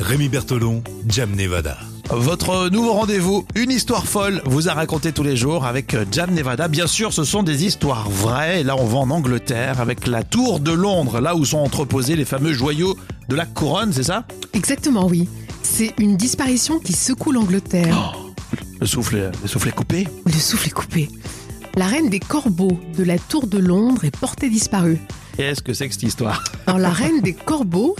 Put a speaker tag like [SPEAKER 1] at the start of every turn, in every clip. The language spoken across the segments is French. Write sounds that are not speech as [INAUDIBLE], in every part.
[SPEAKER 1] Rémi Bertolon, Jam Nevada.
[SPEAKER 2] Votre nouveau rendez-vous, une histoire folle, vous a raconté tous les jours avec euh, Jam Nevada. Bien sûr, ce sont des histoires vraies. Là, on va en Angleterre avec la Tour de Londres, là où sont entreposés les fameux joyaux de la couronne, c'est ça
[SPEAKER 3] Exactement, oui. C'est une disparition qui secoue l'Angleterre.
[SPEAKER 2] Le souffle, euh, le souffle est coupé.
[SPEAKER 3] Le souffle est coupé. La reine des corbeaux de la tour de Londres est portée disparue.
[SPEAKER 2] Qu'est-ce que c'est que cette histoire
[SPEAKER 3] Alors la reine des corbeaux,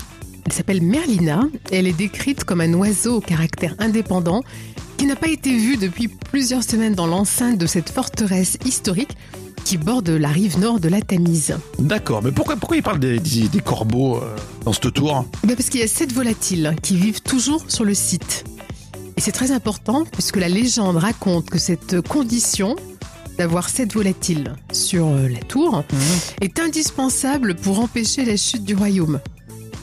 [SPEAKER 3] elle s'appelle Merlina. Elle est décrite comme un oiseau au caractère indépendant qui n'a pas été vu depuis plusieurs semaines dans l'enceinte de cette forteresse historique qui borde la rive nord de la Tamise.
[SPEAKER 2] D'accord, mais pourquoi, pourquoi il parle des, des- des corbeaux euh, dans cette tour
[SPEAKER 3] Eh bien, parce qu'il y a sept volatiles qui vivent toujours sur le site. Et c'est très important puisque la légende raconte que cette condition d'avoir sept volatiles sur euh, la tour
[SPEAKER 2] Mmh.
[SPEAKER 3] est indispensable pour empêcher la chute du royaume.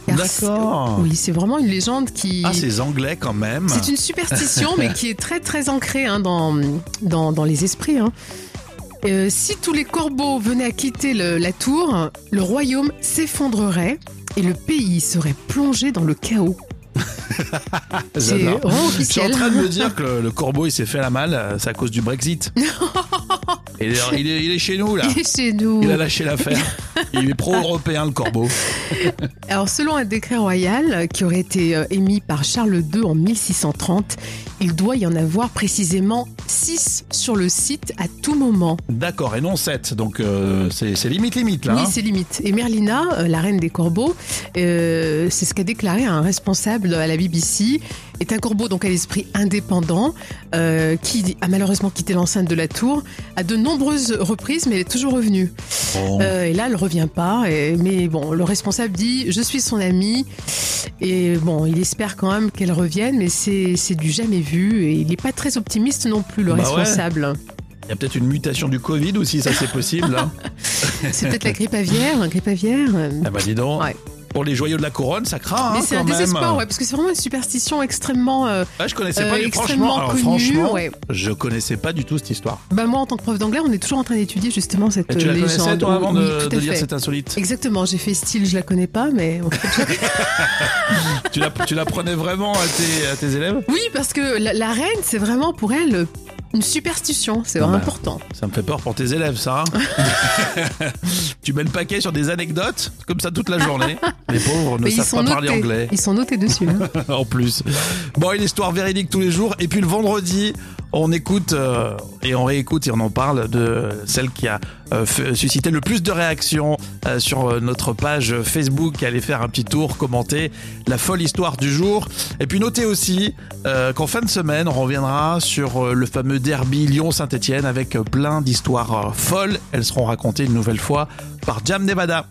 [SPEAKER 3] Car
[SPEAKER 2] D'accord.
[SPEAKER 3] c'est- Oui, c'est vraiment une légende qui...
[SPEAKER 2] Ah, ces anglais quand même.
[SPEAKER 3] c'est une superstition, mais qui est très très ancrée hein, dans, dans, dans les esprits. hein. Euh, si tous les corbeaux venaient à quitter le- la tour, le royaume s'effondrerait et le pays serait plongé dans le chaos. C'est
[SPEAKER 2] J'adore.
[SPEAKER 3] vraiment
[SPEAKER 2] Je suis en
[SPEAKER 3] officiel.
[SPEAKER 2] train de me dire que le, le corbeau il s'est fait la malle, euh, c'est à cause du
[SPEAKER 3] [LAUGHS]
[SPEAKER 2] Brexit. il, est, il est- il est chez nous là.
[SPEAKER 3] Il est chez nous.
[SPEAKER 2] Ah. Il a lâché l'affaire.
[SPEAKER 3] [LAUGHS]
[SPEAKER 2] Il est pro-européen le corbeau.
[SPEAKER 3] Alors, selon un décret royal euh, qui aurait été euh, émis par Charles II en 1630, il doit y en avoir précisément 6 sur le site à tout moment.
[SPEAKER 2] D'accord, et non 7. Donc euh, c'est c'est limite limite là.
[SPEAKER 3] Oui,
[SPEAKER 2] hein.
[SPEAKER 3] c'est limite. Et Merlina, euh, la reine des corbeaux, euh, c'est ce qu'a déclaré un responsable à la BBC, est un corbeau donc à l'esprit indépendant, euh, qui a malheureusement quitté l'enceinte de la tour à de nombreuses reprises, mais elle est toujours revenue.
[SPEAKER 2] Bon.
[SPEAKER 3] Euh, et là, elle revient pas. et- mais bon, le responsable dit Je suis son ami. Et bon, il espère quand même qu'elle revienne, mais c'est c'est du jamais vu. Et il n'est pas très optimiste non plus, le
[SPEAKER 2] Bah ouais.
[SPEAKER 3] responsable.
[SPEAKER 2] Il y a peut-être une mutation du Covid aussi, ça c'est possible. hein. là.
[SPEAKER 3] [LAUGHS] C'est peut-être la grippe aviaire. La grippe aviaire.
[SPEAKER 2] Ah bah dis donc.
[SPEAKER 3] Ouais.
[SPEAKER 2] Pour les joyaux de la couronne, ça craint.
[SPEAKER 3] Mais
[SPEAKER 2] hein,
[SPEAKER 3] c'est
[SPEAKER 2] quand
[SPEAKER 3] un
[SPEAKER 2] même.
[SPEAKER 3] désespoir, ouais, parce que c'est vraiment une superstition extrêmement, euh,
[SPEAKER 2] Ah, je connaissais
[SPEAKER 3] euh,
[SPEAKER 2] pas. franchement,
[SPEAKER 3] extrêmement
[SPEAKER 2] alors,
[SPEAKER 3] connue.
[SPEAKER 2] franchement,
[SPEAKER 3] ouais.
[SPEAKER 2] je connaissais pas du tout cette histoire.
[SPEAKER 3] Bah, moi, en tant que prof d'anglais, on est toujours en train d'étudier justement cette
[SPEAKER 2] Et tu la
[SPEAKER 3] euh, légende.
[SPEAKER 2] connaissais toi avant
[SPEAKER 3] Oui,
[SPEAKER 2] de,
[SPEAKER 3] tout
[SPEAKER 2] de
[SPEAKER 3] à
[SPEAKER 2] lire
[SPEAKER 3] fait.
[SPEAKER 2] cette insolite
[SPEAKER 3] Exactement, j'ai fait style, je la connais pas, mais
[SPEAKER 2] [LAUGHS] tu, la, tu la prenais vraiment à tes, à tes élèves
[SPEAKER 3] oui, parce que la, la reine, c'est vraiment pour elle euh, une superstition, c'est
[SPEAKER 2] Non,
[SPEAKER 3] vraiment
[SPEAKER 2] bah,
[SPEAKER 3] important.
[SPEAKER 2] Ça me fait peur pour tes élèves, ça.
[SPEAKER 3] [LAUGHS]
[SPEAKER 2] hein. tu mets le paquet sur des anecdotes, comme ça toute la
[SPEAKER 3] [LAUGHS]
[SPEAKER 2] journée. Les pauvres ne
[SPEAKER 3] Mais ils
[SPEAKER 2] savent
[SPEAKER 3] sont
[SPEAKER 2] pas
[SPEAKER 3] notés.
[SPEAKER 2] parler anglais,
[SPEAKER 3] Ils sont notés dessus. hein.
[SPEAKER 2] [LAUGHS] en plus. Bon, une histoire véridique tous les jours. Et puis le vendredi, on écoute euh, et on réécoute et on en parle de celle qui a euh, fait- suscité le plus de réactions euh, sur euh, notre page Facebook. Allez faire un petit tour, commenter la folle histoire du jour. Et puis notez aussi euh, qu'en fin de semaine, on reviendra sur euh, le fameux derby Lyon-Saint-Etienne avec euh, plein d'histoires euh, folles. Elles seront racontées une nouvelle fois par Jam Nevada.